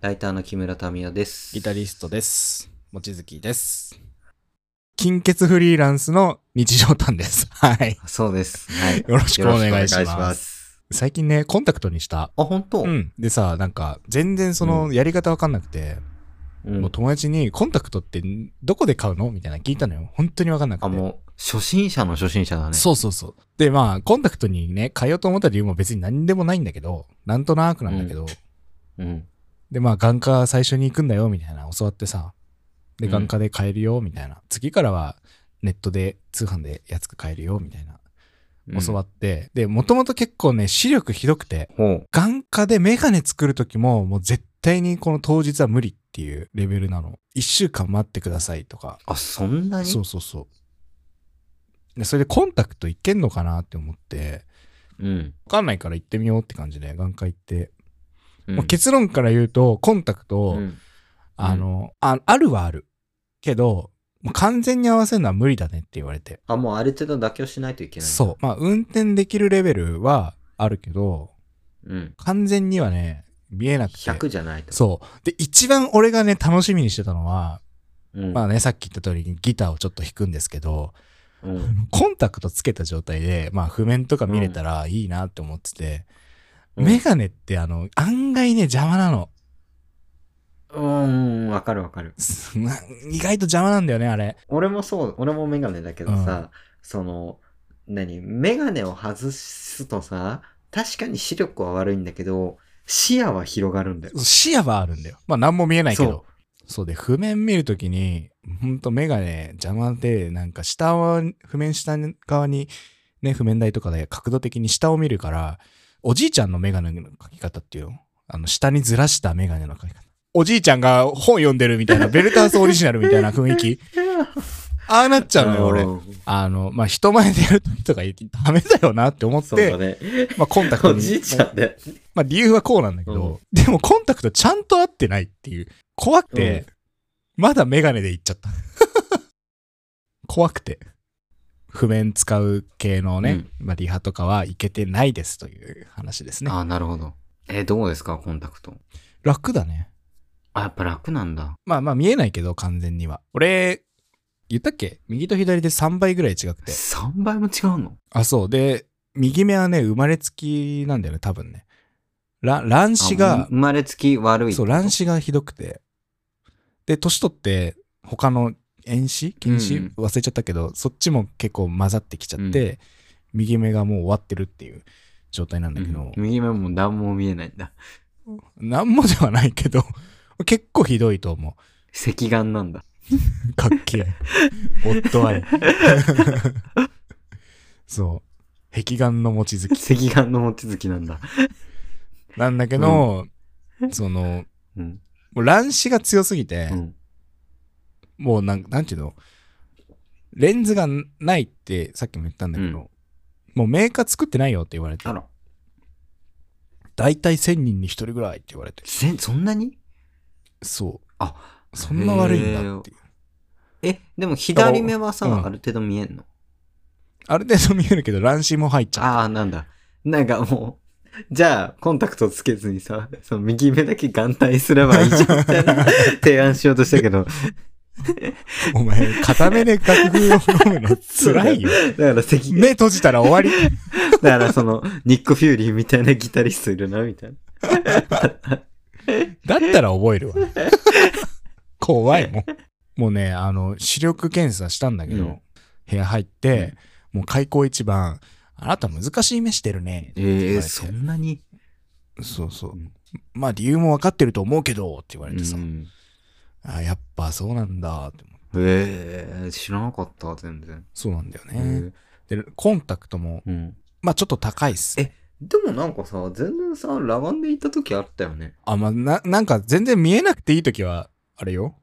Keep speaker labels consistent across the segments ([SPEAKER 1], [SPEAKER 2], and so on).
[SPEAKER 1] ライターの木村民也です。
[SPEAKER 2] ギタリストです。望月です。金欠フリーランスの日常談です。 はい。
[SPEAKER 1] そうです。はい。よ
[SPEAKER 2] よろしくお願いします。
[SPEAKER 1] す。
[SPEAKER 2] 最近ね、コンタクトにした。
[SPEAKER 1] あ、本当
[SPEAKER 2] うん。でさ、なんか、全然そ
[SPEAKER 1] うん
[SPEAKER 2] の、やり方わかんなくて、
[SPEAKER 1] うん
[SPEAKER 2] もう友達に、コンタクトってどこで買うのみたいなの聞いたのよ。本当にわかんなくて。
[SPEAKER 1] あ、もう、初心者の初心者だね。
[SPEAKER 2] そうそうそう。で、まあ、コンタクトにね、変えようと思った理由も別に何でもないんだけど、なんとなくなんだけど、
[SPEAKER 1] う。うん。
[SPEAKER 2] で、まあ、眼科最初に行くんだよ、みたいな教わってさ。で、
[SPEAKER 1] うん
[SPEAKER 2] 眼科で買えるよ、みたいな。次からは、ネットで、通販で安く買えるよ、みたいな。教わ
[SPEAKER 1] っ
[SPEAKER 2] って。で、もともと結構ね、視力ひどくて、
[SPEAKER 1] ほう。
[SPEAKER 2] 眼科でメガネ作る時も、もう絶対にこの当日は無理っていうレベルなの。一週間待ってくださいとか。
[SPEAKER 1] あ、そんなに
[SPEAKER 2] そうそうそう。で、それでコンタクトいけんのかなって思って、
[SPEAKER 1] うん。
[SPEAKER 2] わかんないから行ってみようって感じで、眼科行って。
[SPEAKER 1] うん。
[SPEAKER 2] もう結論から言うと、コンタクトを、
[SPEAKER 1] うん
[SPEAKER 2] あの、ああるはある。けど、もう完全に合わせるのは無理だねって言われて。
[SPEAKER 1] あ、もうある程度妥協しないといけない。
[SPEAKER 2] そう。まあ、運転できるレベルはあるけど、
[SPEAKER 1] う。うん。
[SPEAKER 2] 完全にはね、見えなくて。
[SPEAKER 1] 100じゃないと。
[SPEAKER 2] そう。で、一番俺がね、楽しみにしてたのは、
[SPEAKER 1] うん。
[SPEAKER 2] まあね、さっき言った通りにギターをちょっと弾くんですけど、
[SPEAKER 1] うん。
[SPEAKER 2] コンタクトつけた状態で、まあ、譜面とか見れたらいいなって思ってて、
[SPEAKER 1] うん
[SPEAKER 2] メガネってあの、案外ね、邪魔なの。
[SPEAKER 1] うん、わかるわかる。
[SPEAKER 2] すな意外と邪魔なんだよね、あれ。
[SPEAKER 1] 俺もそう、俺もメガネだけどさ、その、何、メガネを外すとさ、確かに視力は悪いんだけど、視野は広がるんだよ。
[SPEAKER 2] 視野はあるんだよ。まあ、なんも見えないけ
[SPEAKER 1] そう
[SPEAKER 2] ど。そうで、譜面見るときに、ほんとメガネ邪魔で、なんか下は、譜面下側に、ね、譜面台とかで角度的に下を見るから、おじいちゃんのメガネの描き方っていうのあの、下にずらしたメガネの描き方。おじいちゃんが本読んでるみたいな、ベルタースオリジナルみたいな雰囲気。ああなっちゃうのよ、俺。
[SPEAKER 1] うん
[SPEAKER 2] あの、まあ、人前でやるときとかダメだよなって思っ
[SPEAKER 1] そうだ
[SPEAKER 2] て、
[SPEAKER 1] ね。
[SPEAKER 2] まあ、コンタクト
[SPEAKER 1] お
[SPEAKER 2] に。
[SPEAKER 1] じいちゃんで。
[SPEAKER 2] まあ理由はこうなんだけど、でもコンタクトちゃんと合ってないっていう。怖くて、まだメガネで行っちゃった。 怖くて。譜面使う系のね、まあリハとかはいけてないですという話ですね。
[SPEAKER 1] ああ、なるほど。えーどうですか、コンタクト。
[SPEAKER 2] 楽だね。
[SPEAKER 1] あ、やっぱ楽なんだ。
[SPEAKER 2] まあまあ見えないけど完全には。俺、言ったっけ右と左で3倍ぐらい違くて。
[SPEAKER 1] 3倍も違うの
[SPEAKER 2] あ、そう。で、右目はね、生まれつきなんだよね、多分ね。ら乱視が
[SPEAKER 1] あ生まれつき悪い。
[SPEAKER 2] そう、乱。視がひどくて。で、年取って、他の遠視近視、
[SPEAKER 1] うん
[SPEAKER 2] 忘れちゃったけど、そっちも結構混ざってきちゃって、右目がもう終わってるっていう状態なんだけど、
[SPEAKER 1] 右目も何も見えないんだ。
[SPEAKER 2] なんもではないけど、 結構ひどいと思
[SPEAKER 1] 赤眼なんだ。
[SPEAKER 2] う。かっ けえ。夫愛。 そう。壁眼の望月。
[SPEAKER 1] 赤眼の望月なんだ。
[SPEAKER 2] なんだけど、その、
[SPEAKER 1] うん。
[SPEAKER 2] もう乱視が強すぎて、
[SPEAKER 1] うん。
[SPEAKER 2] もうなん、なんていうのレンズがないってさっきも言ったんだけど、
[SPEAKER 1] うん
[SPEAKER 2] もうメーカー作ってないよって言われて
[SPEAKER 1] あ、ら、
[SPEAKER 2] 大体1000人に1人ぐらいって言われて、
[SPEAKER 1] せそんなに
[SPEAKER 2] そう。
[SPEAKER 1] あ、
[SPEAKER 2] そんな悪いんだっていう。
[SPEAKER 1] え、でも左目はさ、
[SPEAKER 2] うん
[SPEAKER 1] ある程度見えんの
[SPEAKER 2] ある程度見えるけど、乱視も入っちゃう。
[SPEAKER 1] ああ、なんだ。なんかもう、じゃあ、コンタクトつけずにさ、その右目だけ眼帯すればいいじゃん、みたいな提案しようとしたけど、
[SPEAKER 2] お前、片目で楽譜を飲むの辛いよ。
[SPEAKER 1] だから赤眼
[SPEAKER 2] 目閉じたら終わり。
[SPEAKER 1] だからその、ニック・フューリーみたいなギタリストいるな、みたいな。
[SPEAKER 2] だったら覚えるわ。怖いもん。もうね、あの、視力検査したんだけど、
[SPEAKER 1] うん
[SPEAKER 2] 部屋入って、もう開口一番、あなた難しい目してるね。って言われて
[SPEAKER 1] んなに。。
[SPEAKER 2] そうそううんまあ理由も分かってると思うけど、って言わ
[SPEAKER 1] う
[SPEAKER 2] れてさ。
[SPEAKER 1] ん、
[SPEAKER 2] あやっぱそうなんだ、って思う。
[SPEAKER 1] えー、知らなかった、全然。
[SPEAKER 2] そうなんだよ
[SPEAKER 1] え
[SPEAKER 2] ね。で、コンタクトも、
[SPEAKER 1] うん、
[SPEAKER 2] まあちょっと高いっす。
[SPEAKER 1] えでもなんかさ、全然さ、裸眼で行った時あったよね。
[SPEAKER 2] あ、まあな、なんか全然見えなくていい時は、あれよ。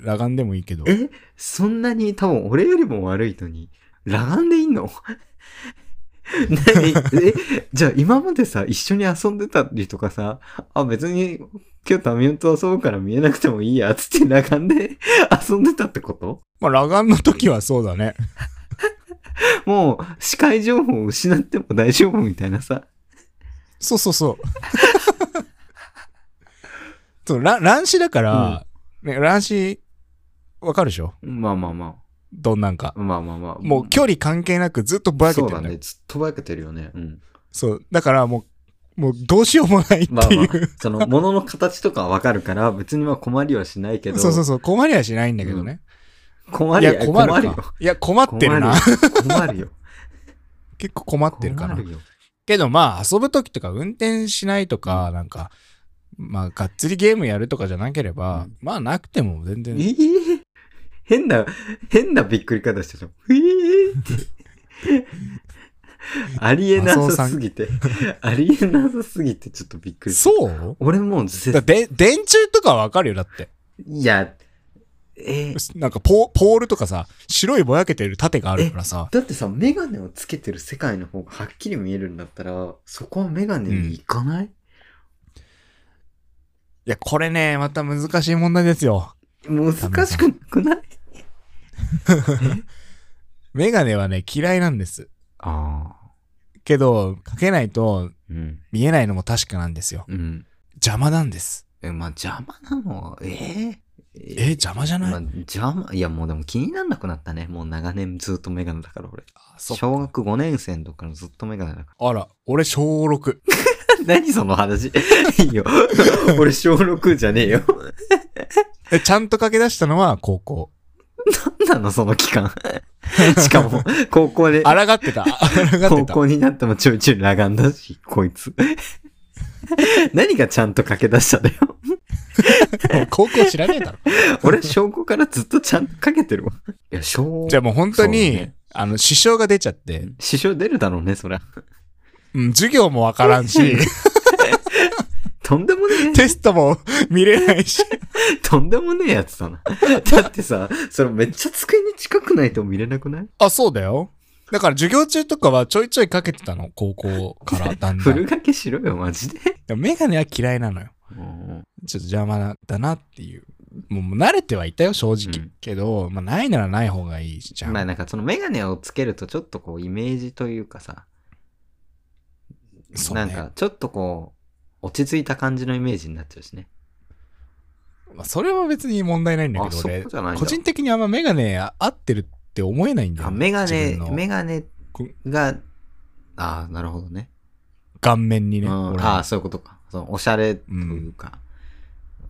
[SPEAKER 2] 裸眼でもいいけど。
[SPEAKER 1] えそんなに多分俺よりも悪いのに、裸眼でいんの 何え、じゃあ今までさ、一緒に遊んでたりとかさ、あ、別に今日タミオンと遊ぶから見えなくてもいいや、つって裸眼で遊んでたってこと
[SPEAKER 2] まあ裸眼の時はそうだ ね。
[SPEAKER 1] もう視界情報を失っても大丈夫みたいなさ。
[SPEAKER 2] そうそうそう。 そうら乱視だから、ね、乱視わかるでしょ
[SPEAKER 1] まあまあま
[SPEAKER 2] どんなんか
[SPEAKER 1] あ。まあまあまあ。
[SPEAKER 2] もう距離関係なくずっとぼやけ
[SPEAKER 1] そ
[SPEAKER 2] て
[SPEAKER 1] う
[SPEAKER 2] る
[SPEAKER 1] だ
[SPEAKER 2] んだよ
[SPEAKER 1] ね。ずっとばやけてるよね。うん。
[SPEAKER 2] そう。だからもう、もうどうしようもないっていう。
[SPEAKER 1] まあまあ、その物の形とかはわかるから、別にまあ困りはしないけど、
[SPEAKER 2] そうそうそう。困りはしないんだけどね。
[SPEAKER 1] 困
[SPEAKER 2] い
[SPEAKER 1] りは
[SPEAKER 2] や、困る
[SPEAKER 1] 困るよ。
[SPEAKER 2] か。いや、困ってるな。
[SPEAKER 1] 困るよ。
[SPEAKER 2] 結構困っ
[SPEAKER 1] 困
[SPEAKER 2] てる
[SPEAKER 1] る
[SPEAKER 2] か
[SPEAKER 1] よ。
[SPEAKER 2] な
[SPEAKER 1] 困。るよ。
[SPEAKER 2] けどまあ、遊ぶときとか運転しないとか、なんか、まあ、がっつりゲームやるとかじゃなければ、
[SPEAKER 1] うん
[SPEAKER 2] まあ、なくても全然
[SPEAKER 1] ええ変な、変なびっくり方してた。ええって。 ありえなさすぎて、ありえなさすぎてちょっとびっくりした。
[SPEAKER 2] そう
[SPEAKER 1] 俺もう
[SPEAKER 2] だ
[SPEAKER 1] 絶
[SPEAKER 2] で電柱とかわかるよ、だって。
[SPEAKER 1] いや、えー
[SPEAKER 2] なんかポ、ポールとかさ、白いぼやけてる盾があるからさ、
[SPEAKER 1] だってさ、メガネをつけてる世界の方がはっきり見えるんだったら、そこはメガネに行かない、
[SPEAKER 2] いや、これね、また難しい問題ですよ。
[SPEAKER 1] 難しくなくない
[SPEAKER 2] メガネはね、嫌いなんです。
[SPEAKER 1] ああ。
[SPEAKER 2] けど、かけないと
[SPEAKER 1] うん。
[SPEAKER 2] 見えないのも確かなんですよ。
[SPEAKER 1] うん。
[SPEAKER 2] 邪魔なんです。
[SPEAKER 1] え、まあ邪魔なのはええ
[SPEAKER 2] えー、邪魔じゃない、
[SPEAKER 1] まあ、邪魔、いやもうでも気になんなくなったね。もう長年ずっとメガネだから俺。
[SPEAKER 2] あそっか
[SPEAKER 1] 小学5年生の時から ずっとメガネだか
[SPEAKER 2] あら、俺小6。
[SPEAKER 1] ら。何その話 いいよ。俺小6じゃねえよ。
[SPEAKER 2] えちゃんとかけ出したのは高校。
[SPEAKER 1] 何なのその期間。 しか も、高校で、
[SPEAKER 2] 抗ってた。抗って
[SPEAKER 1] 高
[SPEAKER 2] た。
[SPEAKER 1] 校になってもちょいちょい裸眼だし、こいつ。 何がちゃんと駆け出したんだ よ。
[SPEAKER 2] 高校知らねえ だろ。
[SPEAKER 1] 俺、小5からずっとちゃんとかけてるわ。いや、小
[SPEAKER 2] じゃあもう本当に、
[SPEAKER 1] そうね
[SPEAKER 2] あの、支障が出ちゃって、
[SPEAKER 1] 支障出るだろうね、そりゃ。
[SPEAKER 2] うん、授業もわからんし、
[SPEAKER 1] とんでもねえ。
[SPEAKER 2] テストも見れないし。
[SPEAKER 1] とんでもねえやつだな。 だってさ、それめっちゃ机に近くないと見れなくない
[SPEAKER 2] あ、そうだよ。だから授業中とかはちょいちょいかけてたの、高校からだんだ
[SPEAKER 1] 古
[SPEAKER 2] ん。
[SPEAKER 1] 掛けしろよ、マジで。
[SPEAKER 2] でもメガネは嫌いなのよ。ちょっと邪魔なだなっていう。もうもう慣れてはいたよ、正直。
[SPEAKER 1] うん
[SPEAKER 2] けど、まあ、ないならない方がいいじゃん。
[SPEAKER 1] まあなんかそのメガネをつけるとちょっとこうイメージというかさ、
[SPEAKER 2] そう
[SPEAKER 1] な
[SPEAKER 2] ね
[SPEAKER 1] んかちょっとこう、落ち着いた感じのイメージになっちゃうしね。
[SPEAKER 2] まあそれは別に問題ないんだけ
[SPEAKER 1] あ、
[SPEAKER 2] ど、
[SPEAKER 1] そ
[SPEAKER 2] 俺
[SPEAKER 1] こ、じゃないんだ
[SPEAKER 2] 個人的にあんまメガネ合ってるって思えないんだよ
[SPEAKER 1] あ、
[SPEAKER 2] ね。
[SPEAKER 1] メガ
[SPEAKER 2] 自
[SPEAKER 1] ネ
[SPEAKER 2] 分、の
[SPEAKER 1] メガネが、ああ、なるほどね。
[SPEAKER 2] 顔面に
[SPEAKER 1] う
[SPEAKER 2] ね。
[SPEAKER 1] ん、
[SPEAKER 2] 俺
[SPEAKER 1] あ
[SPEAKER 2] は
[SPEAKER 1] あ、そういうことか。そのおしゃれというか。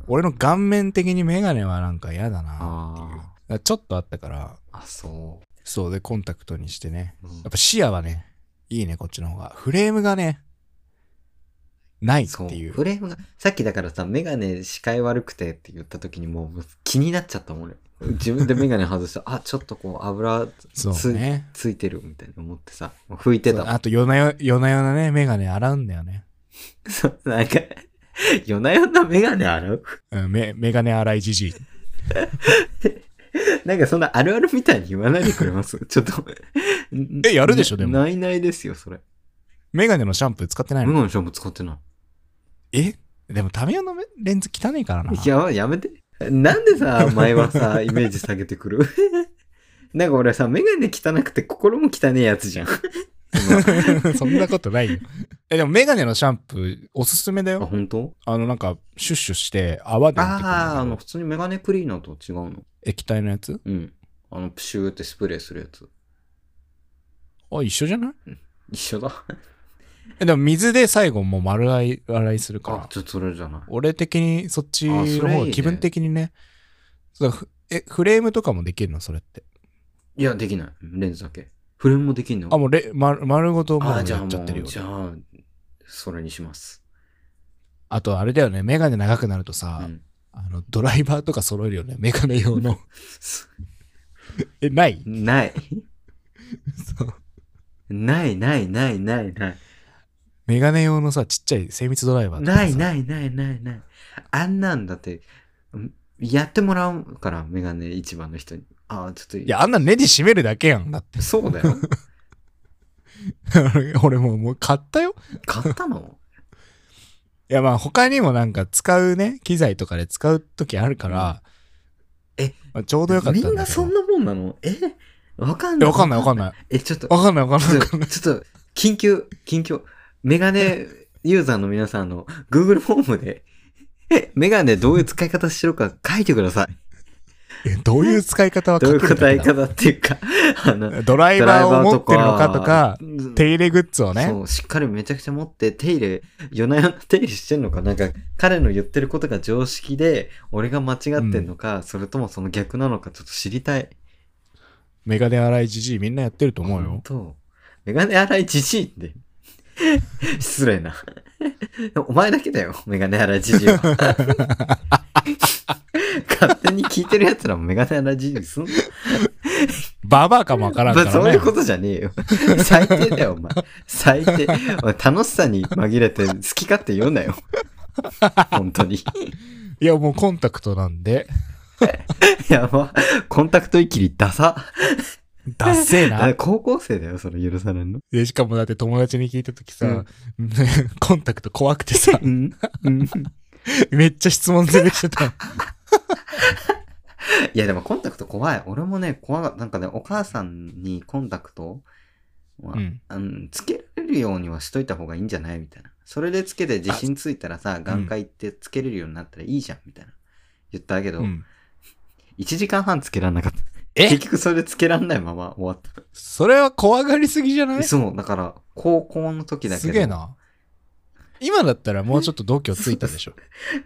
[SPEAKER 2] 俺の顔面的にメガネはなんか嫌だなっていう。だか
[SPEAKER 1] あ
[SPEAKER 2] らちょっとあったから、
[SPEAKER 1] あ、あ、そ
[SPEAKER 2] そうでコンタクトにしてね。
[SPEAKER 1] う。うん
[SPEAKER 2] やっぱ視野はね、いいね、こっちの方が。フレームがね、ないっ
[SPEAKER 1] そ。
[SPEAKER 2] ていうう。
[SPEAKER 1] フレームが、さっきだからさ、メガネ視界悪くてって言った時にもう気になっちゃったもんね。自分でメガネ外して、 あ、ちょっとこう油
[SPEAKER 2] そう
[SPEAKER 1] つ,、
[SPEAKER 2] ね。
[SPEAKER 1] ついてるみたいに思ってさ、もう拭いてた
[SPEAKER 2] そう
[SPEAKER 1] もん。
[SPEAKER 2] あと夜な夜夜な夜なね、メガネ洗うんだよね。
[SPEAKER 1] そうなんか、夜な夜なメガネ洗う
[SPEAKER 2] うん、メメガネ洗いじじい。
[SPEAKER 1] なんかそんなあるあるみたいに言わないでくれます ちょっと。
[SPEAKER 2] えやるでしょでも
[SPEAKER 1] なないないですよ、それ。
[SPEAKER 2] メガネのシャンプー使ってない
[SPEAKER 1] メ
[SPEAKER 2] の、
[SPEAKER 1] ガネシャンプー使ってない。
[SPEAKER 2] えでもタミヤのレンズ汚いからな。
[SPEAKER 1] いや、やめて。なんでさ、前は さ、イメージ下げてくる なんか俺さ、メガネ汚くて心も汚えやつじ ゃん。
[SPEAKER 2] そんなことないよ。え、でもメガネのシャンプーおすすめだ
[SPEAKER 1] あ、
[SPEAKER 2] よ。
[SPEAKER 1] 本当？
[SPEAKER 2] あの、なんか、シュッシュして泡で出てくるんだけ
[SPEAKER 1] あ
[SPEAKER 2] ど
[SPEAKER 1] あ、あの、普通にメガネクリーナーとは違うの。
[SPEAKER 2] 液体のやつ
[SPEAKER 1] うん。あの、プシューってスプレーするやつ。
[SPEAKER 2] あ、一緒じゃない
[SPEAKER 1] 一緒だ。
[SPEAKER 2] え、でも水で最後もう丸洗い、洗いするか
[SPEAKER 1] あ
[SPEAKER 2] ら、。
[SPEAKER 1] ちょっとそれじゃない。
[SPEAKER 2] 俺的にそっち
[SPEAKER 1] あそ
[SPEAKER 2] の
[SPEAKER 1] れいい
[SPEAKER 2] 方が
[SPEAKER 1] ね
[SPEAKER 2] 気分的にね。そうふえ、フレームとかもできるのそれって。
[SPEAKER 1] いや、できない。レンズだけ。フレームもできんの
[SPEAKER 2] あ、もうレ、ま、丸ごともう
[SPEAKER 1] あー
[SPEAKER 2] やっ
[SPEAKER 1] じ
[SPEAKER 2] ち
[SPEAKER 1] ゃあ
[SPEAKER 2] ゃ
[SPEAKER 1] も
[SPEAKER 2] ってる
[SPEAKER 1] う、
[SPEAKER 2] よ。
[SPEAKER 1] じゃあ、それにします。
[SPEAKER 2] あと、あれだよね。メガネ長くなるとさ、
[SPEAKER 1] うん。
[SPEAKER 2] あの、ドライバーとか揃えるよね。メガネ用の。 え、ない
[SPEAKER 1] ない。
[SPEAKER 2] そう
[SPEAKER 1] ないないないないない。
[SPEAKER 2] メガネ用のさ、ちっちゃい精密ドライバーとかさ
[SPEAKER 1] ないないないないない。あんなんだって、うんやってもらうから、メガネ市場の人に。ああ、ちょっとい
[SPEAKER 2] い、や、あんなネジ締めるだけやん。だって。
[SPEAKER 1] そうだよ。
[SPEAKER 2] 俺もう、もう買ったよ。
[SPEAKER 1] 買ったの
[SPEAKER 2] いや、まあ他にもなんか使うね、機材とかで使う時あるから、
[SPEAKER 1] うんえ
[SPEAKER 2] まあ、ちょうどよかったんだけど。
[SPEAKER 1] みんなそん
[SPEAKER 2] い
[SPEAKER 1] なもんなのえわかんな
[SPEAKER 2] や
[SPEAKER 1] い。
[SPEAKER 2] わかんないわかんない。
[SPEAKER 1] え、ちょっと、
[SPEAKER 2] わかんないわかん
[SPEAKER 1] ち
[SPEAKER 2] ない
[SPEAKER 1] ょ
[SPEAKER 2] わ
[SPEAKER 1] っ
[SPEAKER 2] かんな
[SPEAKER 1] と、
[SPEAKER 2] い。
[SPEAKER 1] ちょっと緊急、緊急。メガネユーザーの皆さんあの Google フォームでメガネどういう使い方してるか書いてください。
[SPEAKER 2] えどういう使い方は
[SPEAKER 1] どういう
[SPEAKER 2] 隠れて
[SPEAKER 1] 答え
[SPEAKER 2] るん
[SPEAKER 1] 方っていうか、あの、
[SPEAKER 2] だドライ
[SPEAKER 1] ドライ
[SPEAKER 2] バーを
[SPEAKER 1] バー
[SPEAKER 2] 持
[SPEAKER 1] と
[SPEAKER 2] ってるのかとか
[SPEAKER 1] か、、うん
[SPEAKER 2] 手入れグッズをね
[SPEAKER 1] そ、う、しっかりめちゃくちゃ持って、手入れ、夜な夜 な手入れしてんのか、なんか、彼の言ってることが常識で、俺が間違ってんのか、それともその逆なのか、ちょっと知りたい。
[SPEAKER 2] メガネ洗いじじいみんなやってると思う
[SPEAKER 1] 本
[SPEAKER 2] よ。
[SPEAKER 1] 当メガネ洗いじじいって。 失礼な。 お前だけだよ、メガネ洗いじじい は。勝手に聞いてるやつらもメガネ洗いじじいすんな
[SPEAKER 2] ババアかもわからんか
[SPEAKER 1] まあそう
[SPEAKER 2] ら
[SPEAKER 1] い
[SPEAKER 2] ね
[SPEAKER 1] う。ことじゃねえよ。 最低だよ、お前。最低。お前楽しさに紛れて好き勝手言うなよ。本当 に。
[SPEAKER 2] いや、もうコンタクトなんで、
[SPEAKER 1] やば。コンタクトいきりダサ。
[SPEAKER 2] ダッセー
[SPEAKER 1] あ
[SPEAKER 2] な。
[SPEAKER 1] 高校生だよ、それ許されんの。
[SPEAKER 2] で、しかもだって友達に聞いたときさ、 コンタクト怖くてさ、
[SPEAKER 1] うん。うん。
[SPEAKER 2] めっちゃ質問攻めしてた。
[SPEAKER 1] いや、でもコンタクト怖い。俺もね、怖が、なんかね、お母さんにコンタクトは、
[SPEAKER 2] うん
[SPEAKER 1] あのつけれるようにはしといた方がいいんじゃないみたいな。それでつけて自信ついたらさ、眼科行ってつけれるようになったらいいじゃん、みたいな。言ったけど、
[SPEAKER 2] うん
[SPEAKER 1] 1時間半つけらんなかった。
[SPEAKER 2] え
[SPEAKER 1] 結局それつけらんないまま終わった。
[SPEAKER 2] それは怖がりすぎじゃないす
[SPEAKER 1] そう、だから、高校の時だけど。
[SPEAKER 2] げえ。な。今だったらもうちょっと度胸ついたで しょ。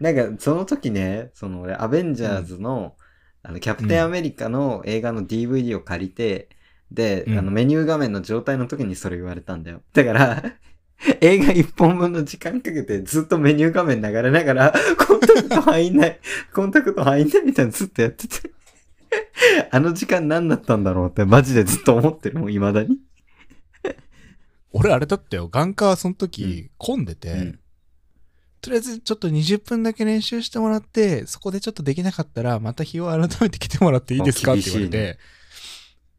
[SPEAKER 1] なんか、その時ね、その俺、アベンジャーズの、あの、キャプテンアメリカの映画の DVD を借りて、で、
[SPEAKER 2] うん
[SPEAKER 1] あの、メニュー画面の状態の時にそれ言われたんだよ。だから、 映画1本分の時間かけてずっとメニュー画面流れながら、コンタクト入んない、コンタクト入んないみたいなのずっとやってて。あの時間何だったんだろうってマジでずっと思ってるもん、未だに。
[SPEAKER 2] 俺あれだったよ。眼科はそ
[SPEAKER 1] う
[SPEAKER 2] の
[SPEAKER 1] ん
[SPEAKER 2] 時混んでて、
[SPEAKER 1] うん
[SPEAKER 2] とりあえずちょっと20分だけ練習してもらって、そこでちょっとできなかったら、また日を改めて来てもらっていいですか
[SPEAKER 1] あ
[SPEAKER 2] って言われ
[SPEAKER 1] 厳しい
[SPEAKER 2] て、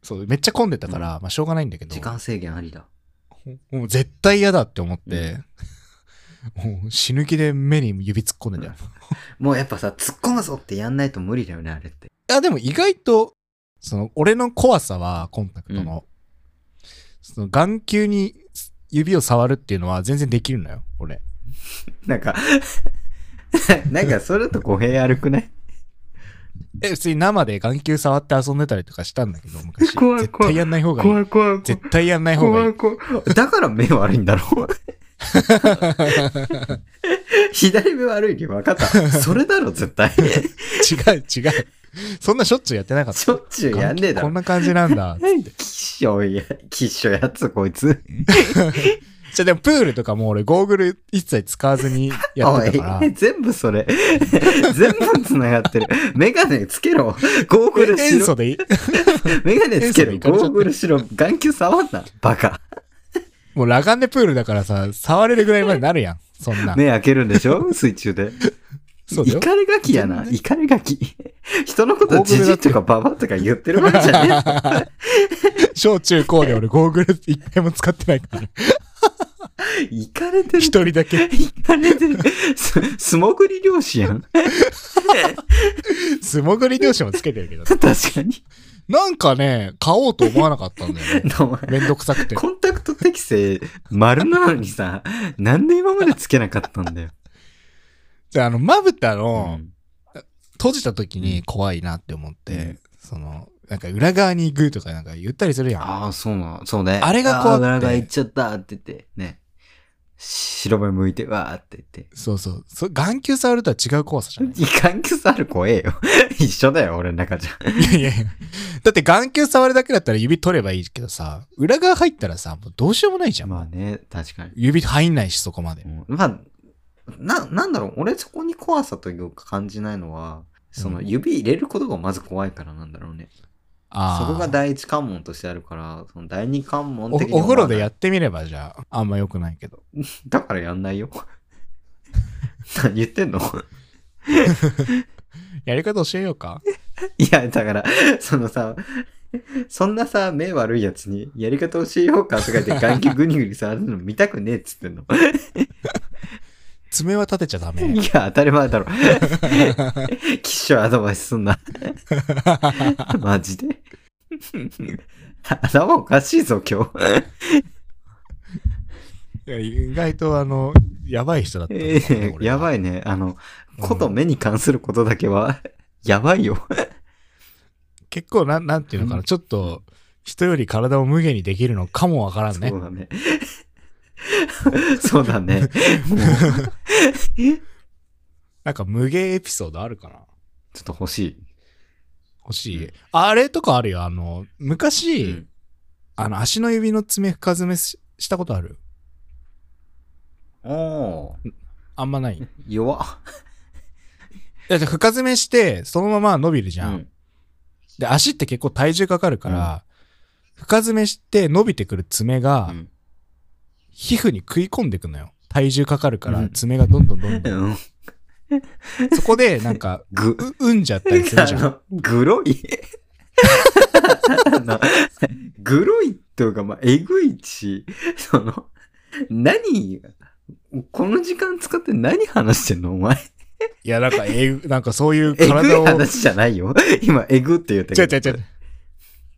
[SPEAKER 2] そう、めっちゃ混んでたから、まあしょうがないんだけど、
[SPEAKER 1] 時間制限ありだ。
[SPEAKER 2] もう絶対嫌だって思って、もう死ぬ気で目に指突っ込んでたよ。
[SPEAKER 1] もうやっぱさ、突っ込むぞってやんないと無理だよね、あれって。
[SPEAKER 2] いや、でも意外と、その、俺の怖さは、コンタクトの、その、眼球に指を触るっていうのは全然できるのよ、俺。
[SPEAKER 1] なんか、 なんかそれだと語弊あるくない
[SPEAKER 2] え、普通に生で眼球触って遊んでたりとかしたんだけど、昔。
[SPEAKER 1] 怖い
[SPEAKER 2] 絶対やんない方がいい。
[SPEAKER 1] い怖い
[SPEAKER 2] 絶対やんない方が
[SPEAKER 1] 怖
[SPEAKER 2] いい
[SPEAKER 1] い。怖い。だから目悪いんだ ろ左目悪いに分かった。それだろ、絶 対。
[SPEAKER 2] 違う、違う。そんなしょっちゅうやってなかった。
[SPEAKER 1] しょっちゅうやんねえだ
[SPEAKER 2] こ
[SPEAKER 1] ろ
[SPEAKER 2] ん。な感じな んだ。
[SPEAKER 1] きっしょいや、きっしょやつ、こいつ。
[SPEAKER 2] じゃあでもプールとかも俺ゴーグル一切使わずにや
[SPEAKER 1] お
[SPEAKER 2] って
[SPEAKER 1] い
[SPEAKER 2] た から。、
[SPEAKER 1] 全部それ。全部繋がってる。メガネつけろ。ゴーグルし
[SPEAKER 2] 塩
[SPEAKER 1] ろ。
[SPEAKER 2] 素でいい
[SPEAKER 1] メガネつけろ、
[SPEAKER 2] 塩素で行かれちゃ
[SPEAKER 1] ゴ
[SPEAKER 2] っ
[SPEAKER 1] ー
[SPEAKER 2] て
[SPEAKER 1] グルしろ、眼球触んな、バカ。
[SPEAKER 2] もう裸眼でプールだからさ、触れるぐらいまでなるやん。そんな。
[SPEAKER 1] 目開けるんでし ょ水中で。
[SPEAKER 2] そうだ
[SPEAKER 1] イ
[SPEAKER 2] よ。
[SPEAKER 1] カレガキやな、
[SPEAKER 2] 全
[SPEAKER 1] イカレガキ。 人のことじじいとかババアとか言ってるわけじゃねえ。
[SPEAKER 2] 小中高で俺ゴーグル一回も使ってな いから。
[SPEAKER 1] イカれてる
[SPEAKER 2] 一。人だけ。
[SPEAKER 1] イカれてる。す素潜り漁師 やん。
[SPEAKER 2] 素潜り漁師もつけてるけど。
[SPEAKER 1] 確かに。
[SPEAKER 2] なんかね、買おうと思わなかったんだ よね。
[SPEAKER 1] お前
[SPEAKER 2] めんどくさくて。
[SPEAKER 1] コンタクト適正丸なのにさ、なんで今までつけなかったんだよ。
[SPEAKER 2] で、あの、まぶた
[SPEAKER 1] う
[SPEAKER 2] の
[SPEAKER 1] ん
[SPEAKER 2] 閉じた時に怖いなって思って、その、なんか裏側に行くとかなんか言ったりするやん。
[SPEAKER 1] ああ、そうなの。そうね。
[SPEAKER 2] あれが怖くて
[SPEAKER 1] あーお腹いっちゃったって言って、ね。白目向いて、わーって言って。
[SPEAKER 2] そうそう。そ眼球触るとは違う怖さじゃない
[SPEAKER 1] いかんくさる怖えよ。 一緒だよ、俺の中じゃ。
[SPEAKER 2] いやいやいや。だって眼球触るだけだったら指取ればいいけどさ、裏側入ったらさ、もうどうしようもないじゃん。
[SPEAKER 1] まあね、確かに。
[SPEAKER 2] 指入んないし、そこまで。
[SPEAKER 1] うんまあ、な、なんだろう、俺そこに怖さというか感じないのは、その
[SPEAKER 2] うん
[SPEAKER 1] 指入れることがまず怖いからなんだろうね。
[SPEAKER 2] ああ。
[SPEAKER 1] そこが第一関門としてあるから、その第二関門
[SPEAKER 2] お
[SPEAKER 1] 的には
[SPEAKER 2] お風呂でやってみればじゃあ、あんま良くないけど。
[SPEAKER 1] だからやんないよ。 何言ってんの
[SPEAKER 2] やり方教えよう か
[SPEAKER 1] いや、だから、そのさ、そんなさ、目悪いやつに、やり方教えようかとか言って眼球グニグニ触るの見たくねえっつってんの。
[SPEAKER 2] 爪は立てちゃダ
[SPEAKER 1] い
[SPEAKER 2] メ。
[SPEAKER 1] や、当たり前だろ。 きっしょアドバイスすんな。 マジで。 頭おかしいぞ、今日。
[SPEAKER 2] いや意外とあの、やばい人だったんだ
[SPEAKER 1] ええやば
[SPEAKER 2] い。
[SPEAKER 1] いね。あの、
[SPEAKER 2] うん
[SPEAKER 1] こと目に関することだけは、 やばいよ。
[SPEAKER 2] 結構なん、なんていうのか
[SPEAKER 1] う
[SPEAKER 2] な、ちょっと、人より体を無限にできるのかもわからんね
[SPEAKER 1] そ。うだね。 そうだね。もうちょ
[SPEAKER 2] なんか無限エピソードあるかな
[SPEAKER 1] っと欲し
[SPEAKER 2] 欲しい。
[SPEAKER 1] うん
[SPEAKER 2] あれとかあるよ。あの、
[SPEAKER 1] い。
[SPEAKER 2] 昔、
[SPEAKER 1] うん
[SPEAKER 2] あの、足の指の爪深爪ししたことある
[SPEAKER 1] おー
[SPEAKER 2] あんまない。い
[SPEAKER 1] 弱っ。
[SPEAKER 2] や、じゃあ深爪して、そのまま伸びるじ
[SPEAKER 1] う
[SPEAKER 2] ゃん。
[SPEAKER 1] ん。
[SPEAKER 2] で、足って結構体重かかるから、深爪して伸びてくる爪が、皮膚に食い込んでくのよ。体重かかるか
[SPEAKER 1] う
[SPEAKER 2] ら、
[SPEAKER 1] ん
[SPEAKER 2] 爪がどんどんどん
[SPEAKER 1] う
[SPEAKER 2] どん。
[SPEAKER 1] ん。
[SPEAKER 2] そこで、なんか、
[SPEAKER 1] ぐ、
[SPEAKER 2] う、うんじゃったりするじゃん。
[SPEAKER 1] あの、グロ いあのグロいというか、まあ、えぐいし、その、何、この時間使って何話してんのお前。
[SPEAKER 2] いや、なんか、えぐ、なんかそうい
[SPEAKER 1] え
[SPEAKER 2] う
[SPEAKER 1] ぐい
[SPEAKER 2] 体を、違う
[SPEAKER 1] 話じゃないよ。今、えぐって言って
[SPEAKER 2] 違う違う。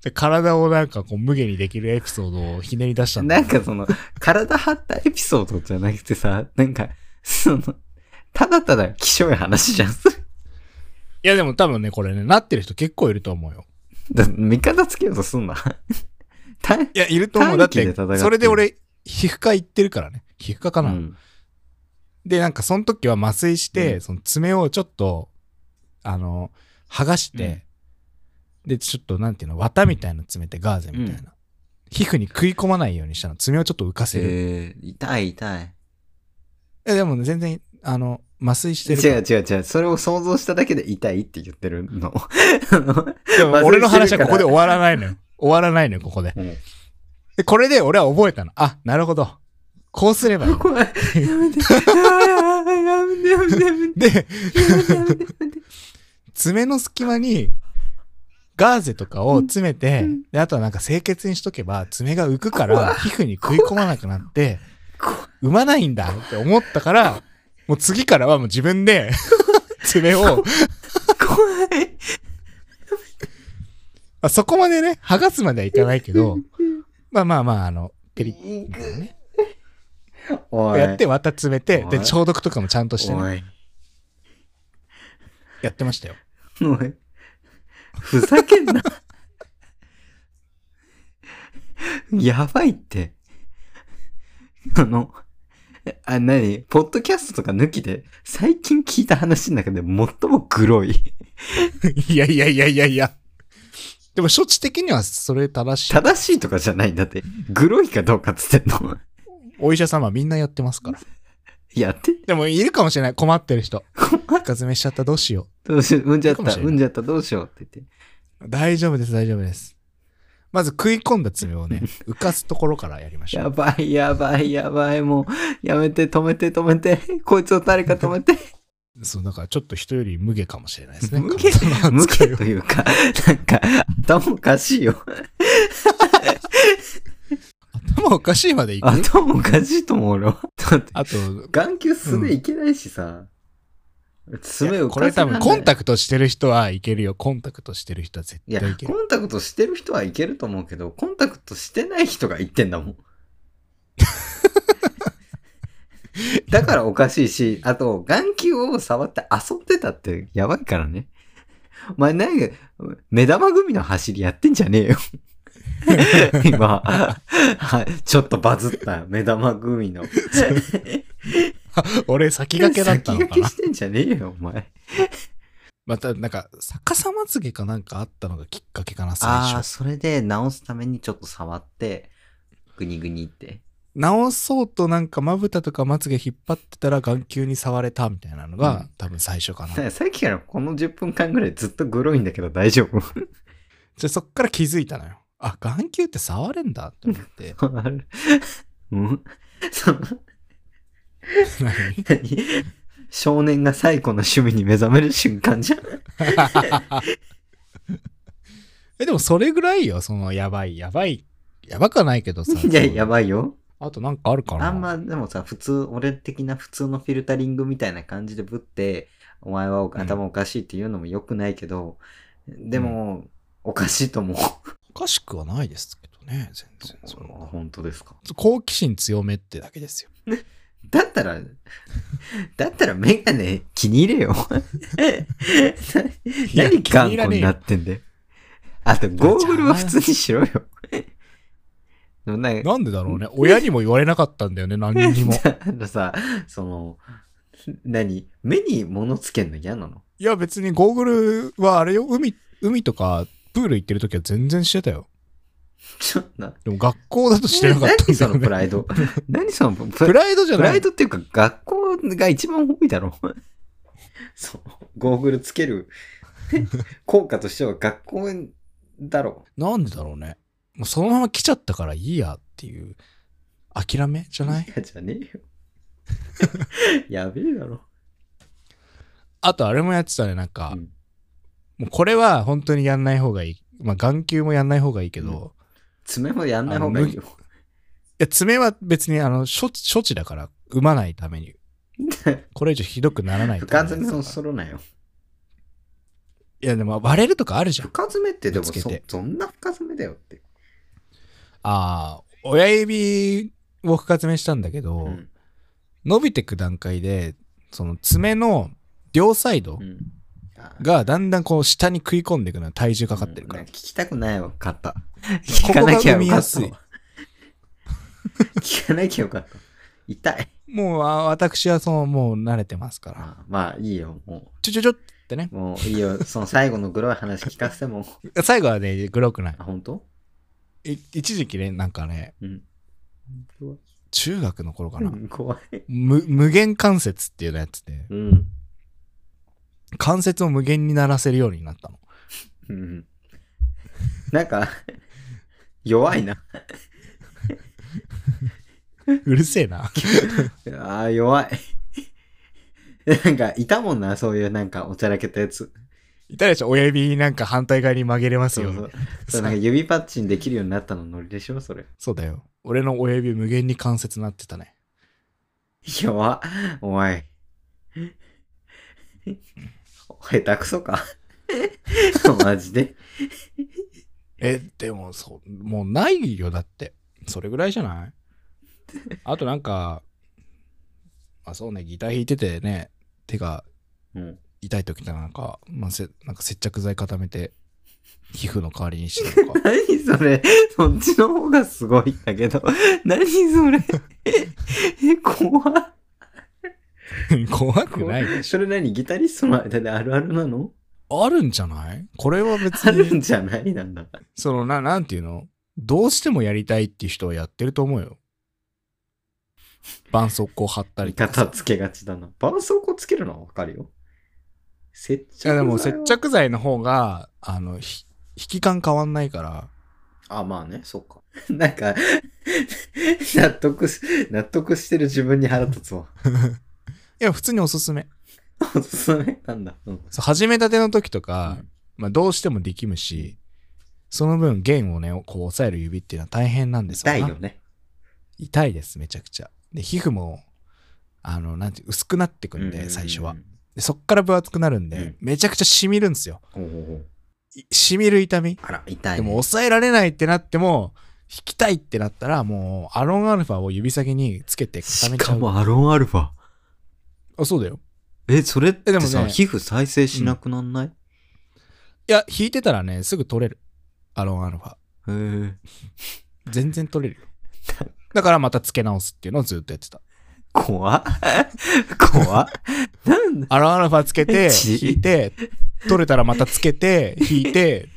[SPEAKER 2] で体をなんかこう無限にできるエピソードをひねり出したんだ
[SPEAKER 1] なんかその、体張ったエピソードじゃなくてさ、なんか、その、ただただ気性い話じゃん。 それ
[SPEAKER 2] いやでも多分ね、これね、なってる人結構いると思うよ。
[SPEAKER 1] だ味方つけようとすんな。 た
[SPEAKER 2] いや、いると思う。だっ
[SPEAKER 1] 短期で
[SPEAKER 2] て
[SPEAKER 1] 戦って、る
[SPEAKER 2] それで俺、皮膚科行ってるからね。皮膚科か
[SPEAKER 1] う
[SPEAKER 2] な。
[SPEAKER 1] ん。
[SPEAKER 2] で、なんかその時は麻酔して、
[SPEAKER 1] うん
[SPEAKER 2] その爪をちょっと、あの、剥がして、で、ちょっとなんていうの、綿みたいな爪ってガーゼみたいな。皮膚に食い込まないようにしたの。爪をちょっと浮かせる。
[SPEAKER 1] えー、痛い痛い。
[SPEAKER 2] えでもね、全然、あの、麻酔してるから
[SPEAKER 1] 違う違う違う。それを想像しただけで痛いって言ってるの。あの
[SPEAKER 2] でも
[SPEAKER 1] 麻酔してるから
[SPEAKER 2] 俺の話はここで終わらな いのよ。終わらないのよ、ここで。で、これで俺は覚えたの。あ、なるほど。こうすればい い。
[SPEAKER 1] 怖い。やめて。あーやめてやめてやめて
[SPEAKER 2] で、
[SPEAKER 1] やめてやめてやめて。
[SPEAKER 2] 爪の隙間にガーゼとかを詰めて、
[SPEAKER 1] うん
[SPEAKER 2] であとはなんか清潔にしとけば爪が浮くから皮膚に食い込まなくなって
[SPEAKER 1] 怖い
[SPEAKER 2] 生まないんだって思ったからもう次からはもう自分で 爪を
[SPEAKER 1] 怖い。
[SPEAKER 2] あそこまでね剥がすまではいかないけどまあまあまああのペリッ
[SPEAKER 1] おい。
[SPEAKER 2] やって綿詰めて
[SPEAKER 1] おい
[SPEAKER 2] で消毒とかもちゃんとして、
[SPEAKER 1] お
[SPEAKER 2] ね、
[SPEAKER 1] い。
[SPEAKER 2] やってましたよ
[SPEAKER 1] おい。ふざけんな。やばいって。あの、あ、なにポッドキャストとか抜きで、最近聞いた話の中で最もグロい。
[SPEAKER 2] いやいやいやいやいやでも処置的にはそれ正しい
[SPEAKER 1] 正しいとかじゃないんだって、グロいかどうかっつってんの。
[SPEAKER 2] お医者様みんなやってますから
[SPEAKER 1] やって。
[SPEAKER 2] でもいるかもしれない。困ってる人。深爪しちゃった。どうしよ
[SPEAKER 1] どうしよう、産んじゃっ
[SPEAKER 2] いいかも
[SPEAKER 1] た、
[SPEAKER 2] しれない
[SPEAKER 1] 産んじゃった、どうしようって言って。
[SPEAKER 2] う。大丈夫です。大丈夫です。まず食い込んだ爪を ね、浮かすところからやりましょ
[SPEAKER 1] や
[SPEAKER 2] う。
[SPEAKER 1] ばい、やばい、やばい、もう、やめて、止めて、止めて、こいつを誰か止めて。
[SPEAKER 2] そう、だからちょっと人より無下かもしれないですね。
[SPEAKER 1] 無下
[SPEAKER 2] 体 の
[SPEAKER 1] 無
[SPEAKER 2] 扱
[SPEAKER 1] け
[SPEAKER 2] いを
[SPEAKER 1] というか、なんか、頭おかしいよ。
[SPEAKER 2] 頭おかしいまでいく。
[SPEAKER 1] 頭おかしいと思う俺は。だって、
[SPEAKER 2] あと、
[SPEAKER 1] 眼球素でいけないしさ。
[SPEAKER 2] い
[SPEAKER 1] 爪
[SPEAKER 2] や
[SPEAKER 1] 浮
[SPEAKER 2] こ
[SPEAKER 1] か
[SPEAKER 2] れ
[SPEAKER 1] せら
[SPEAKER 2] 多
[SPEAKER 1] んな
[SPEAKER 2] 分
[SPEAKER 1] い
[SPEAKER 2] コンタクトしてる人はいけるよ。コンタクトしてる人は絶
[SPEAKER 1] いや、
[SPEAKER 2] 対いけ
[SPEAKER 1] コ
[SPEAKER 2] る。
[SPEAKER 1] ンタクトしてる人はいけると思うけど、コンタクトしてない人が言ってんだも ん。だからおかしいし、あと、眼球を触って遊んでたってやばいからね。お前何か、目玉組の走りやってんじゃ ねえよ。今、はいちょっとバズった目玉組の。
[SPEAKER 2] 俺先駆けだったのか
[SPEAKER 1] 先駆け
[SPEAKER 2] な。
[SPEAKER 1] してんじゃねえよ、お前。
[SPEAKER 2] また、なんか、逆さまつげかなんかあったのがきっかけかな、最
[SPEAKER 1] ああ、
[SPEAKER 2] 初。
[SPEAKER 1] それで直すためにちょっと触って、グニグニって。
[SPEAKER 2] 直そうとなんかまぶたとかまつげ引っ張ってたら眼球に触れたみたいなのが、
[SPEAKER 1] うん
[SPEAKER 2] 多分最初かな。
[SPEAKER 1] ささっきからこの10分間ぐらいずっとグロいんだけど大丈夫
[SPEAKER 2] じゃあそっから気づいたのよ。あ、眼球って触れんだって思 って。
[SPEAKER 1] うんその
[SPEAKER 2] 何
[SPEAKER 1] 何少年が最古の趣味に目覚める瞬間じゃん。
[SPEAKER 2] え、でもそれぐらいよ、そのやばい、やばい、やばくはないけどさ。
[SPEAKER 1] いや、や
[SPEAKER 2] い。
[SPEAKER 1] ばいよ。
[SPEAKER 2] あとなんかあるかな
[SPEAKER 1] あんまでもさ、普通、俺的な普通のフィルタリングみたいな感じでぶって、お前はお頭おかしいっていうのも良くないけど、でも、おかしいと思う。
[SPEAKER 2] おかしくはないですけどね、全然。そんな
[SPEAKER 1] 本当ですか。
[SPEAKER 2] 好奇心強めってだけですよ。
[SPEAKER 1] だったら、だったらメガネ気に入れ よ。
[SPEAKER 2] や
[SPEAKER 1] 何
[SPEAKER 2] 気に
[SPEAKER 1] 頑
[SPEAKER 2] 入
[SPEAKER 1] 固
[SPEAKER 2] らねえ
[SPEAKER 1] に
[SPEAKER 2] よ
[SPEAKER 1] なってんだよ。あと、ゴーグルは普通にしろよ。でも なんか
[SPEAKER 2] なんでだろうね。親にも言われなかった んだよね、何にも。
[SPEAKER 1] あのさ、その、何目に物つけんの嫌なの
[SPEAKER 2] いや、別にゴーグルはあれよ、海、海とかプール行ってる時は全然してたよ。
[SPEAKER 1] ちょっとな。
[SPEAKER 2] でも学校だとしてなかっ
[SPEAKER 1] 何
[SPEAKER 2] たんだ
[SPEAKER 1] そ
[SPEAKER 2] よ、ね。
[SPEAKER 1] の プライド。何そのプラ
[SPEAKER 2] プライドじゃ
[SPEAKER 1] プ
[SPEAKER 2] な
[SPEAKER 1] ライ
[SPEAKER 2] い。
[SPEAKER 1] ドっていうか、学校が一番多いだろ。そう。ゴーグルつけ る効果としては学校だろ。
[SPEAKER 2] なんでだろうね。もうそのまま来ちゃったからいいやっていう、諦めじゃない
[SPEAKER 1] いや、じゃねえよ。やべえだろ。
[SPEAKER 2] あとあれもやってたね、なんか、
[SPEAKER 1] うん
[SPEAKER 2] もうこれは本当にやんない方がいい。まあ、眼球もやんない方がいいけど、
[SPEAKER 1] うん爪もやんない方がいいよ。
[SPEAKER 2] いや、爪は別にあの処置、処置だから、産まないた めに。これ以上ひどくならないた
[SPEAKER 1] 不
[SPEAKER 2] めのや
[SPEAKER 1] 完
[SPEAKER 2] つだ
[SPEAKER 1] 全
[SPEAKER 2] から
[SPEAKER 1] をそろなよ。
[SPEAKER 2] いや、でも割れるとかあるじゃん。
[SPEAKER 1] 深爪ってでも
[SPEAKER 2] ぶつけ
[SPEAKER 1] そ
[SPEAKER 2] て、
[SPEAKER 1] そんな深爪だよって。
[SPEAKER 2] ああ、親指を深爪したんだけど、
[SPEAKER 1] うん。
[SPEAKER 2] 伸びてく段階で、その爪の両サイド
[SPEAKER 1] うんあー
[SPEAKER 2] がだんだんこう下に食い込んでいくのよ体重かかってるから。
[SPEAKER 1] うん聞きたくないわ、かった。
[SPEAKER 2] こ
[SPEAKER 1] 聞か
[SPEAKER 2] こ
[SPEAKER 1] な
[SPEAKER 2] が
[SPEAKER 1] きゃ
[SPEAKER 2] 踏
[SPEAKER 1] よ
[SPEAKER 2] み
[SPEAKER 1] か
[SPEAKER 2] や
[SPEAKER 1] った
[SPEAKER 2] すい
[SPEAKER 1] わ。。聞かなきゃよかった。痛い。
[SPEAKER 2] もうあ私はそのもう慣れてますから。
[SPEAKER 1] あまあいいよ、も
[SPEAKER 2] ちょちょちょってね
[SPEAKER 1] う。。もういいよ、その最後のグロい話聞かせても。
[SPEAKER 2] 最後はね、グロくない。
[SPEAKER 1] あ、本当
[SPEAKER 2] い一時期ね、なんかね、
[SPEAKER 1] うん。怖い
[SPEAKER 2] 中学の頃かな。
[SPEAKER 1] うん怖い。
[SPEAKER 2] 無無限関節っていうのやってて、
[SPEAKER 1] うん。
[SPEAKER 2] 関節を無限に鳴らせるようになった の。
[SPEAKER 1] うん。なんか、弱いな。
[SPEAKER 2] うるせえな。
[SPEAKER 1] あー弱い。 なんか、いたもんな、そういうなんか、おちゃらけたやつ。
[SPEAKER 2] いたでしょ親指なんか反対側に曲げれます
[SPEAKER 1] そ
[SPEAKER 2] よ
[SPEAKER 1] う
[SPEAKER 2] みた
[SPEAKER 1] そ
[SPEAKER 2] いな。
[SPEAKER 1] う。そうなんか指パッチンできるようになったのノリでしょ、それ。
[SPEAKER 2] そうだよ。俺の親指無限に関節なってたね。
[SPEAKER 1] 弱っ。おい。下手くそか。 マジで。
[SPEAKER 2] え、でもそう、もうないよ、だって。それぐらいじ ゃないあとなんか、まあそうね、ギター弾いててね、手が
[SPEAKER 1] うん。
[SPEAKER 2] 痛い時ってなんか、まあ、せなんか接着剤固めて、皮膚の代わりにしてると か。
[SPEAKER 1] 何それそっちの方がすごいんだけど。何それえ、怖っ。
[SPEAKER 2] 怖くない
[SPEAKER 1] それ何ギタリストの間であるあるなの
[SPEAKER 2] あるんじゃないこれは別
[SPEAKER 1] あるん
[SPEAKER 2] に、
[SPEAKER 1] じゃないなんだ。
[SPEAKER 2] その、な、なんていうのどうしてもやりたいっていう人はやってると思うよ。絆創膏貼ったり
[SPEAKER 1] 味
[SPEAKER 2] とかさ
[SPEAKER 1] 方つけがちだな。絆創膏つけるのはわかるよ。接着
[SPEAKER 2] い
[SPEAKER 1] 剤
[SPEAKER 2] や
[SPEAKER 1] は
[SPEAKER 2] でも接着剤の方が、あの、ひ引き感変わんないから。
[SPEAKER 1] あ、まあね、そうか。 なんか、納得し、納得してる自分に腹立つわ。
[SPEAKER 2] いや、普通におすすめ。
[SPEAKER 1] おすすめなんだ。うん。
[SPEAKER 2] そう始めたての時とか、
[SPEAKER 1] うん
[SPEAKER 2] まあどうしてもできむし、その分弦をね、こう押さえる指っていうのは大変なんです
[SPEAKER 1] 痛い
[SPEAKER 2] な
[SPEAKER 1] よね。
[SPEAKER 2] 痛いです、めちゃくちゃ。で、皮膚も、あの、なんていう、薄くなってくん
[SPEAKER 1] うんうんう
[SPEAKER 2] で、
[SPEAKER 1] ん
[SPEAKER 2] 最初は。。で、そっから分厚くなるんで、
[SPEAKER 1] うん
[SPEAKER 2] めちゃくちゃ染みるんですよ。
[SPEAKER 1] おうおうおう
[SPEAKER 2] い染みる痛み。
[SPEAKER 1] あら、痛い、
[SPEAKER 2] で
[SPEAKER 1] ね。
[SPEAKER 2] も抑えられないってなっても、引きたいってなったら、もう、アロンアルファを指先につけて固めちゃう。
[SPEAKER 1] アロンアルファ。
[SPEAKER 2] あ、そうだよ。
[SPEAKER 1] え、それっ
[SPEAKER 2] えでもね
[SPEAKER 1] 膚再生くなんない、
[SPEAKER 2] いや、弾いてたらね、すぐ取れる。アロンアルファ。
[SPEAKER 1] へえ。
[SPEAKER 2] 全然取れるよ。だからまた付け直すっていうのをずっとやってた。
[SPEAKER 1] 怖っ 怖っ なんだ
[SPEAKER 2] アロンアルファつ けて、
[SPEAKER 1] ち
[SPEAKER 2] 弾いて、取れたらまたつ けて、弾いて、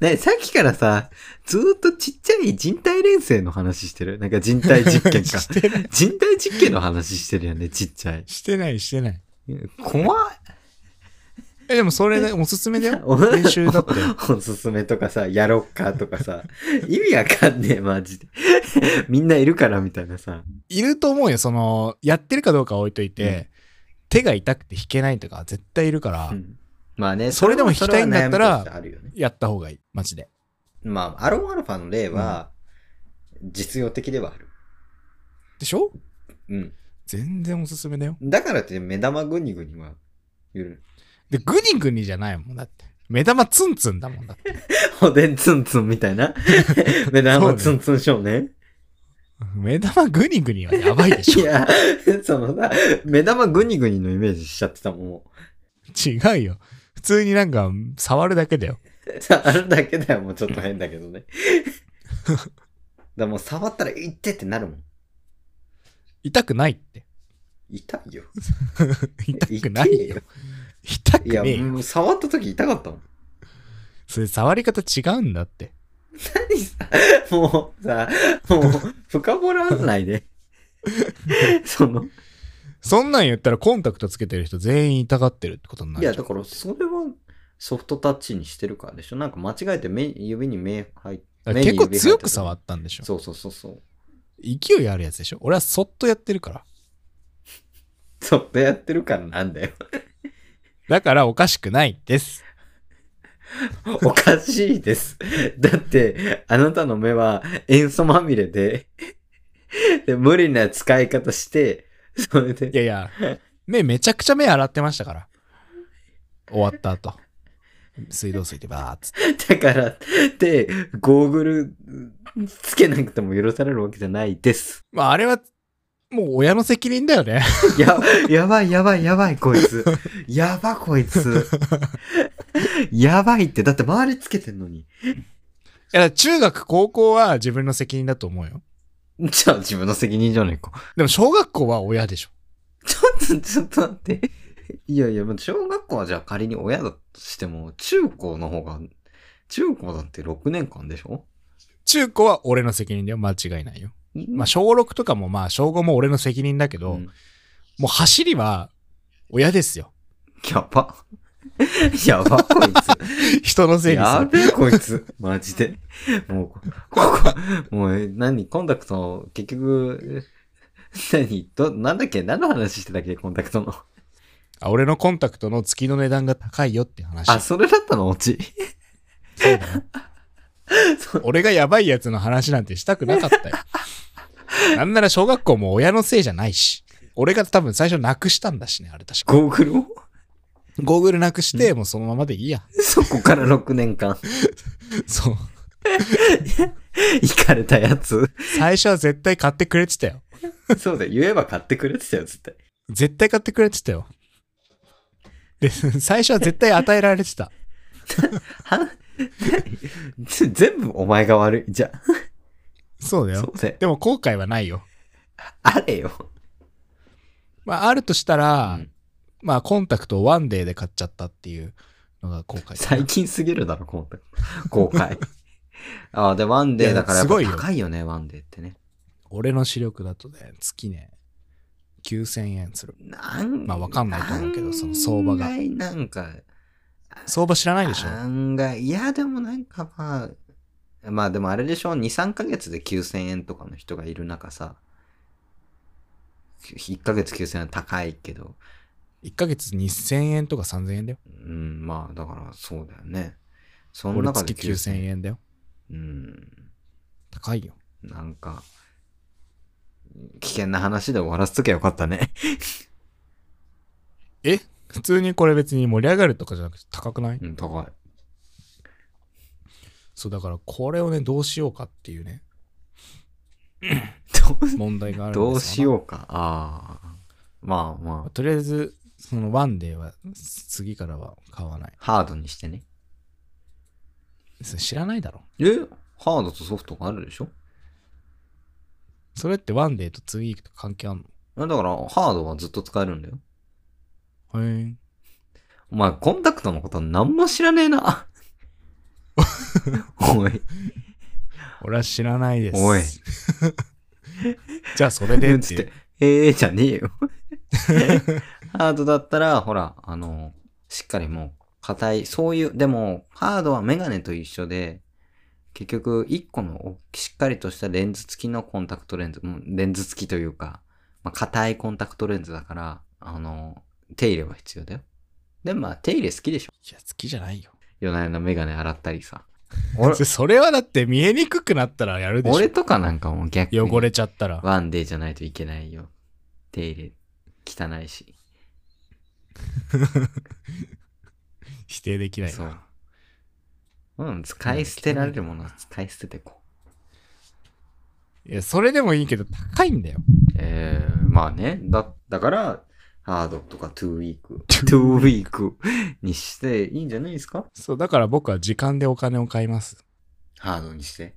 [SPEAKER 1] ね、さっきからさ、ずーっとちっちゃい人体錬成の話してる。なんか人体実験 か。
[SPEAKER 2] してない。
[SPEAKER 1] 人体実験の話してるよね、ちっちゃい。
[SPEAKER 2] してない、してない。
[SPEAKER 1] 怖い。
[SPEAKER 2] え、でもそれね、おすすめだよ。
[SPEAKER 1] お
[SPEAKER 2] 練習だって。
[SPEAKER 1] おすすめとかさ、やろっかとかさ、意味わかんねえ、マジで。みんないるからみたいなさ。
[SPEAKER 2] いると思うよ、その、やってるかどうかは置いといて、
[SPEAKER 1] うん
[SPEAKER 2] 手が痛くて弾けないとか、絶対いるから、
[SPEAKER 1] うんまあね、
[SPEAKER 2] それでも弾きたいんだったら
[SPEAKER 1] それは悩みとしてあるよね
[SPEAKER 2] やった方がいい、マジで。
[SPEAKER 1] まあ、アロンアルファの例は、実用的ではある。
[SPEAKER 2] でしょ
[SPEAKER 1] うん。
[SPEAKER 2] 全然おすすめだよ。
[SPEAKER 1] だからって目玉グニグニは、ゆる。
[SPEAKER 2] で、グニグニじゃないもん、だって。目玉ツンツンだもんだって。
[SPEAKER 1] おでんツンツンみたいな。目玉ツンツン少年。
[SPEAKER 2] 目玉グニグニはやばいで
[SPEAKER 1] い
[SPEAKER 2] しょ。
[SPEAKER 1] や、そのさ、目玉グニグニのイメージしちゃってたもんも
[SPEAKER 2] 違うよ。普通になんか触るだけだよ。
[SPEAKER 1] う。さ、あれだけだよ、もうちょっと変だけどね。だからもう触ったら痛ってってなるもん。
[SPEAKER 2] 痛くないって。
[SPEAKER 1] 痛いよ。
[SPEAKER 2] 痛くないよ。痛く
[SPEAKER 1] いや
[SPEAKER 2] ねえ、よ。
[SPEAKER 1] もう触った時痛かったもん。
[SPEAKER 2] それ触り方違うんだって。
[SPEAKER 1] 何さ、もうさ、もう深掘らないで。その、
[SPEAKER 2] そんなん言ったらコンタクトつけてる人全員痛がってるってことにないる
[SPEAKER 1] や、
[SPEAKER 2] じゃ
[SPEAKER 1] だ
[SPEAKER 2] ん。
[SPEAKER 1] からそれはソフトタッチにしてるからでしょ。なんか間違えて目指に目入って。
[SPEAKER 2] だから
[SPEAKER 1] 目に
[SPEAKER 2] 結
[SPEAKER 1] 指
[SPEAKER 2] 構強く触
[SPEAKER 1] っ
[SPEAKER 2] ったんでしょ。
[SPEAKER 1] そうそうそうそう。
[SPEAKER 2] 勢いあるやつでしょ。俺はそっとやってるから。
[SPEAKER 1] そっとやってるからなんだよ。
[SPEAKER 2] だからおかしくないです。
[SPEAKER 1] おかしいです。だって、あなたの目は塩素まみれで、で無理な使い方して、それ
[SPEAKER 2] いや
[SPEAKER 1] で、
[SPEAKER 2] いや、目めちゃくちゃ目洗ってましたから。終わった後。水道水でバーっつって。
[SPEAKER 1] だからって、ゴーグルつけなくても許されるわけじゃないです。
[SPEAKER 2] まああれは、もう親の責任だよね。
[SPEAKER 1] や、やばいやばいやばいこいつ。やばこい つ。やばいって、だって周りつけてんのに。
[SPEAKER 2] いや、中学、高校は自分の責任だと思うよ。
[SPEAKER 1] じゃあ自分の責任じゃねえか。
[SPEAKER 2] でも小学校は親でしょ。
[SPEAKER 1] ちょっと、ちょっと待って。いやいや、もう小学校はじゃあ仮に親だとしても、中高の方が、中高だって6年間でしょ
[SPEAKER 2] 中高は俺の責任だよ。間違いないよ。まあ小6とかもまあ小5も俺の責任だけど、
[SPEAKER 1] うん
[SPEAKER 2] もう走りは親ですよ。
[SPEAKER 1] やば。やば、こいつ。
[SPEAKER 2] 人のせいにす
[SPEAKER 1] や
[SPEAKER 2] る。
[SPEAKER 1] べえ、こいつ。マジで。もう、ここ、もう、え何コンタクト、結局、何ど、なんだっけ何の話してたっけコンタクトの。
[SPEAKER 2] あ俺のコンタクトの月の値段が高いよって話。
[SPEAKER 1] あ、それだったのオチ。
[SPEAKER 2] そうだ よ
[SPEAKER 1] そう
[SPEAKER 2] 俺がやばいやつの話なんてしたくなかったよ。 なんなら小学校も親のせいじゃないし。俺が多分最初なくしたんだしね、あれ確か。
[SPEAKER 1] ゴーグルを
[SPEAKER 2] ゴーグルなくして、もうそのままでいいや。
[SPEAKER 1] そこから6年間、
[SPEAKER 2] そう。
[SPEAKER 1] 行かれたやつ。
[SPEAKER 2] 最初は絶対買ってくれてたよ。
[SPEAKER 1] そうだよ、言えば買ってくれてたよ、絶対。
[SPEAKER 2] 絶対買ってくれてたよ。で、最初は絶対与えられてた。
[SPEAKER 1] は 全部お前が悪い。じゃ
[SPEAKER 2] そうだ
[SPEAKER 1] あ、そ。
[SPEAKER 2] よ
[SPEAKER 1] うだよ。
[SPEAKER 2] でも後悔はないよ。
[SPEAKER 1] あれよ。
[SPEAKER 2] まあ、あるとしたら、
[SPEAKER 1] うん
[SPEAKER 2] まあ、コンタクトをワンデーで買っちゃったっていうのが後悔。
[SPEAKER 1] 最近すぎるだろ、コンタクト。公 開。ああ、で、ワンデーだからやっぱ
[SPEAKER 2] いやすごいよ
[SPEAKER 1] 高いよね、ワンデーってね。
[SPEAKER 2] 俺の視力だとね、月ね、9000円する。
[SPEAKER 1] なん
[SPEAKER 2] まあわかんないと思うけどその相場が
[SPEAKER 1] 案外なんか、
[SPEAKER 2] 相場知らないでしょ
[SPEAKER 1] 案外、いや、でもなんかまあ、まあでもあれでしょ、2、3ヶ月で9000円とかの人がいる中さ、1ヶ月9000円は高いけど、
[SPEAKER 2] ?1 ヶ月2000円とか3000円だよ。
[SPEAKER 1] うん、まあだからそうだよね。その
[SPEAKER 2] 俺
[SPEAKER 1] 中
[SPEAKER 2] 月
[SPEAKER 1] で
[SPEAKER 2] 9000。円だよ。
[SPEAKER 1] うん、
[SPEAKER 2] 高いよ。
[SPEAKER 1] なんか、危険な話で終わらせときゃよかったね。
[SPEAKER 2] 普通にこれ別に盛り上がるとかじゃなくて高くない、
[SPEAKER 1] うん、高い。
[SPEAKER 2] そう、だからこれをね、どうしようかっていうね、問題があるんです
[SPEAKER 1] どうしようか。ああ。まあまあ、
[SPEAKER 2] とりあえず、そのワンデーは次からは買わない。
[SPEAKER 1] ハードにしてね。
[SPEAKER 2] それ知らないだろ。
[SPEAKER 1] えハードとソフトがあるでしょ
[SPEAKER 2] それってワンデーとツーウィークと関係あん
[SPEAKER 1] だから、ハードはずっと使えるんだよ。
[SPEAKER 2] のへえ。
[SPEAKER 1] お前、コンタクトのことは何も知らねえな。 おい。
[SPEAKER 2] 俺は知らないです。
[SPEAKER 1] おい。
[SPEAKER 2] じゃあそれでっ て
[SPEAKER 1] つ
[SPEAKER 2] い
[SPEAKER 1] っ
[SPEAKER 2] う
[SPEAKER 1] て、ええじゃねえ よ。ハードだったら、ほら、あの、しっかりもう、硬い、そういう、でも、ハードはメガネと一緒で、結局、一個のしっかりとしたレンズ付きのコンタクトレンズ、うんレンズ付きというか、まあ、硬いコンタクトレンズだから、あの、手入れは必要だよ。でもまあ、手入れ好きでしょ。
[SPEAKER 2] いや、好きじゃないよ。
[SPEAKER 1] 夜な夜なメガネ洗ったりさ。俺
[SPEAKER 2] そそれはだって見えにくくなったらやる で
[SPEAKER 1] 俺
[SPEAKER 2] し
[SPEAKER 1] とかなんかもう逆
[SPEAKER 2] ょ。
[SPEAKER 1] に。
[SPEAKER 2] 汚れちゃったら。
[SPEAKER 1] ワンデーじゃないといけないよ。手入れ、汚いし。
[SPEAKER 2] 否定できない
[SPEAKER 1] そう
[SPEAKER 2] な。。
[SPEAKER 1] うん、使い捨てられるものは使い捨ててこう。
[SPEAKER 2] いや、それでもいいけど、高いんだよ。
[SPEAKER 1] えー、まあね。だ、だから、ハードとかトゥーウ ィーク、トゥーウィークにしていいんじゃないですか
[SPEAKER 2] そう、だから僕は時間でお金を買います。
[SPEAKER 1] ハードにして。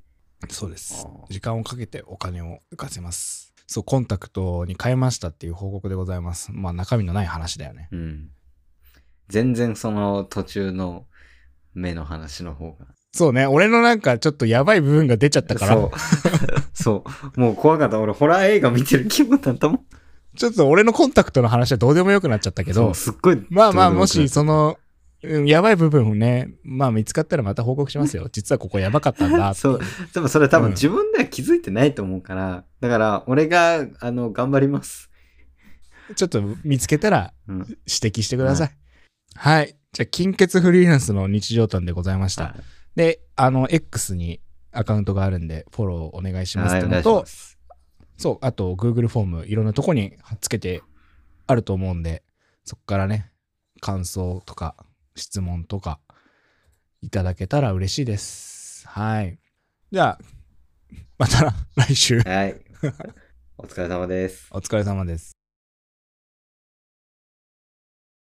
[SPEAKER 2] そうです
[SPEAKER 1] あ。ー
[SPEAKER 2] 時間をかけてお金を浮かせます。そう、コンタクトに変えましたっていう報告でございます。まあ、中身のない話だよね。
[SPEAKER 1] うん。全然その途中の目の話の方が。
[SPEAKER 2] そうね、俺のなんかちょっとやばい部分が出ちゃったか ら、
[SPEAKER 1] そう。そう。もう怖かった。俺、ホラー映画見てる気分だったもん。
[SPEAKER 2] ちょっと俺のコンタクトの話はどうでもよくなっちゃったけ
[SPEAKER 1] そ
[SPEAKER 2] ど
[SPEAKER 1] う、すっごい。
[SPEAKER 2] まあまあ、も
[SPEAKER 1] どう
[SPEAKER 2] し
[SPEAKER 1] でよくなっ
[SPEAKER 2] その、うんやばい部分をね、まあ見つかったらまた報告し ますよ。実はここやばかったんだ
[SPEAKER 1] た
[SPEAKER 2] って。
[SPEAKER 1] そう。でもそれ多
[SPEAKER 2] う
[SPEAKER 1] 分
[SPEAKER 2] ん
[SPEAKER 1] 自分では気づいてないと思うから、だから、俺が、あの、頑張ります。
[SPEAKER 2] ちょっと見つけたら
[SPEAKER 1] うん
[SPEAKER 2] 指摘してください。はい。じゃあ、金欠フリーランスの日常談でございました。
[SPEAKER 1] はい
[SPEAKER 2] で、あの、X にアカウントがあるんで、フォローお願いします
[SPEAKER 1] はい、
[SPEAKER 2] って
[SPEAKER 1] お願
[SPEAKER 2] の
[SPEAKER 1] いし
[SPEAKER 2] と
[SPEAKER 1] ま、す。
[SPEAKER 2] そう、あと Google フォーム、いろんなとこに貼っつけてあると思うんで、そこからね、感想とか質問とかいただけたら嬉しいです。はい。じゃあ、また来週
[SPEAKER 1] はい。お疲れ様です。
[SPEAKER 2] お疲れ様です。